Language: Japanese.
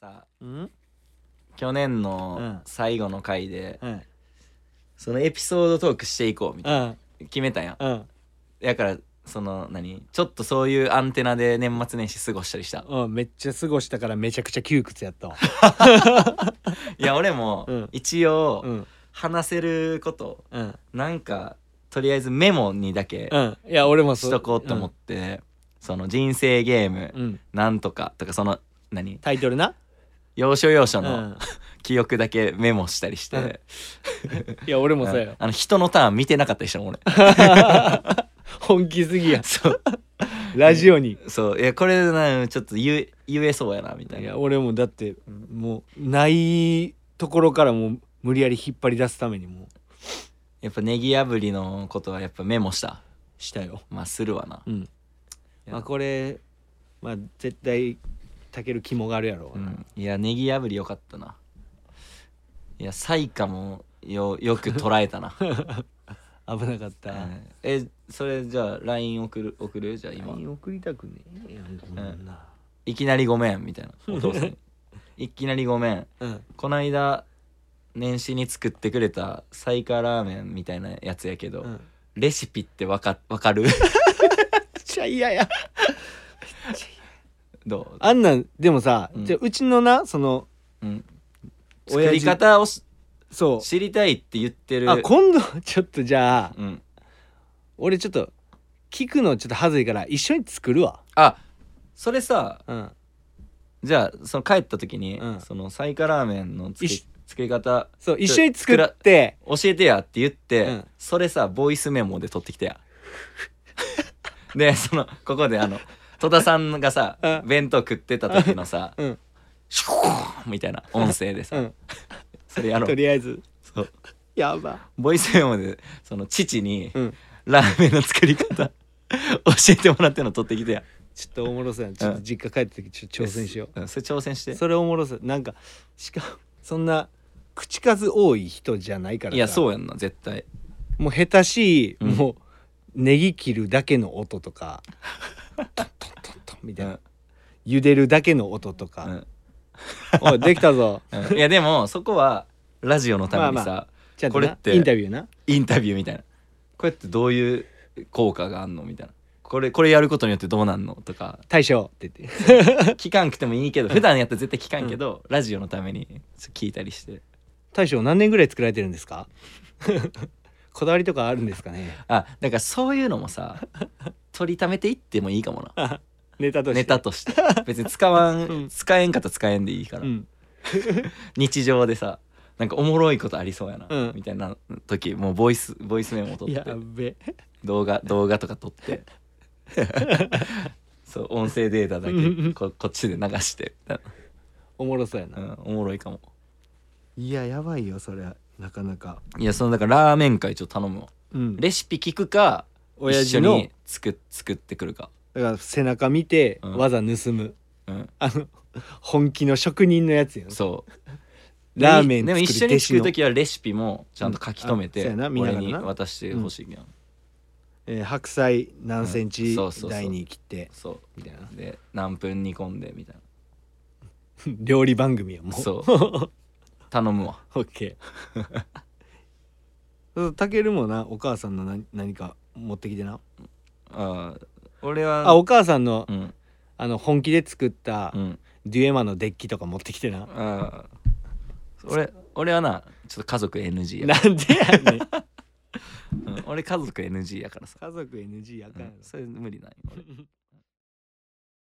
さうん去年うのん最後の回で、うんそのエピソードトークしていこうみたいうんな決めたやんうんやからその何ちょっとそういうアンテナで年末年始過ごしたりしたうんめっちゃ過ごしたからめちゃくちゃ窮屈やったわい や俺もうん一応うん話せることうんなんかとりあえずメモにだけうんいや俺もそしとこうと思って、その人生ゲームうん、うんなんとかとかその何タイトルな、要所要所うのん、記憶だけメモしたりして、うんいや俺もそううよんあの人のターン見てなかったりしたもん俺本気すぎや そうラジオにそういやこれなちょっと言え言えそうやなみたいいなや俺もだってもうないところからもう無理やり引っ張り出すためにもうやっぱネギ炙りのことはやっぱメモしたしたよまあするわなうんやまあこれまあ絶対たける肝があるやろううな、んいやネギ炙りよかったないや彩花もよよく捉えた な、危なかった、うんえそれじゃあ LINE 送る送るじゃあ今 LINE 送りたくねえやんこんな、いきなりごめんみたいなお父さん にいきなりごめんうん、こないだ年始に作ってくれた彩花ラーメンみたいなやつやけど、うん、めっレシピってわかわかる ちゃ嫌やどあんなんでもさ、うんじゃあうちのなそのう、うん、作親り父方をしそ知りたいって言ってうるあ今度ちょっとじゃあうん、俺ちょっと聞くのちょっと恥ずいから一緒に作るわあそれさうんじゃあその帰った時に、うんその彩花ラーメンの作いりし作り方そう一緒に作って教えてやって言って、うんそれさボイスメモで取ってきてやでそのここであの戸田さんがさうん弁当食ってた時のさ「うんシュコーンみたいな音声でさ、うんそれやろとうりあえずそうやばボイスメモでその父に、うんラーメンの作り方教えてもらってんの取ってきてやちょっとおもろそうやなちょっと実家帰った時ちょっと挑戦しようんそれ挑戦してうそれおもろそうなんかしかもそんな口数多い人じゃないからさいやそううやんな絶対もう下手しい、うんもうネギ切るだけの音とかトントントントンみたいな、茹でるだけの音とうか、んおいできたぞうんいやでもそこはラジオのためにさ、まあちゃんことれなってインタビューなインタビューみたいなこれってどういう効果があんのみたいなこれこれやることによってどうなんのとか大将って言って聞かんくてもいいけど普段やったら絶対聞かんけど、ラジオのためにちょっと聞いたりして大将何年ぐらい作られてるんで すかこだわりとかあるんですかねあだからそういうのもさ取りためていってもいいかもなネタとしてネタとして別に使わん、 うん使えんかったら使えんでいいから、うん日常でさなんかおもろいことありそうやな、うんみたいな時もうボイスボイスメモ取っやてべ動画動画とか撮って そう音声データだけここっちで流して、おもろそうやうな、ん、おもろいかもいややばいよそれなかなかいやそのだからラーメン会ちょっと頼むわうんレシピ聞くか親一緒父のに作作ってくるか、だから背中見て、うんわざ盗むうん、あの本気の職人のやつよそう ラーメンでも一緒作るに弟作子るの、時はレシピもちゃんと書き留めうてんあそうやな見なが俺らなに渡してほしいやん、えー白菜何センうんチそうそうそう台に切って、そうみたいなで何分煮込んでみたい 料理番組やなもう そう頼むわオッケーたけるもなお母さんの何何か持ってきてなあー俺はあお母さんの,、うんあの本気で作ったうんデュエマのデッキとか持ってきてな、あー俺俺はなちょっと家族 NG やかなんでや ねんら、うん俺家族 NG やからさ、家族 NG やかうんやんろそれ無理なんよ俺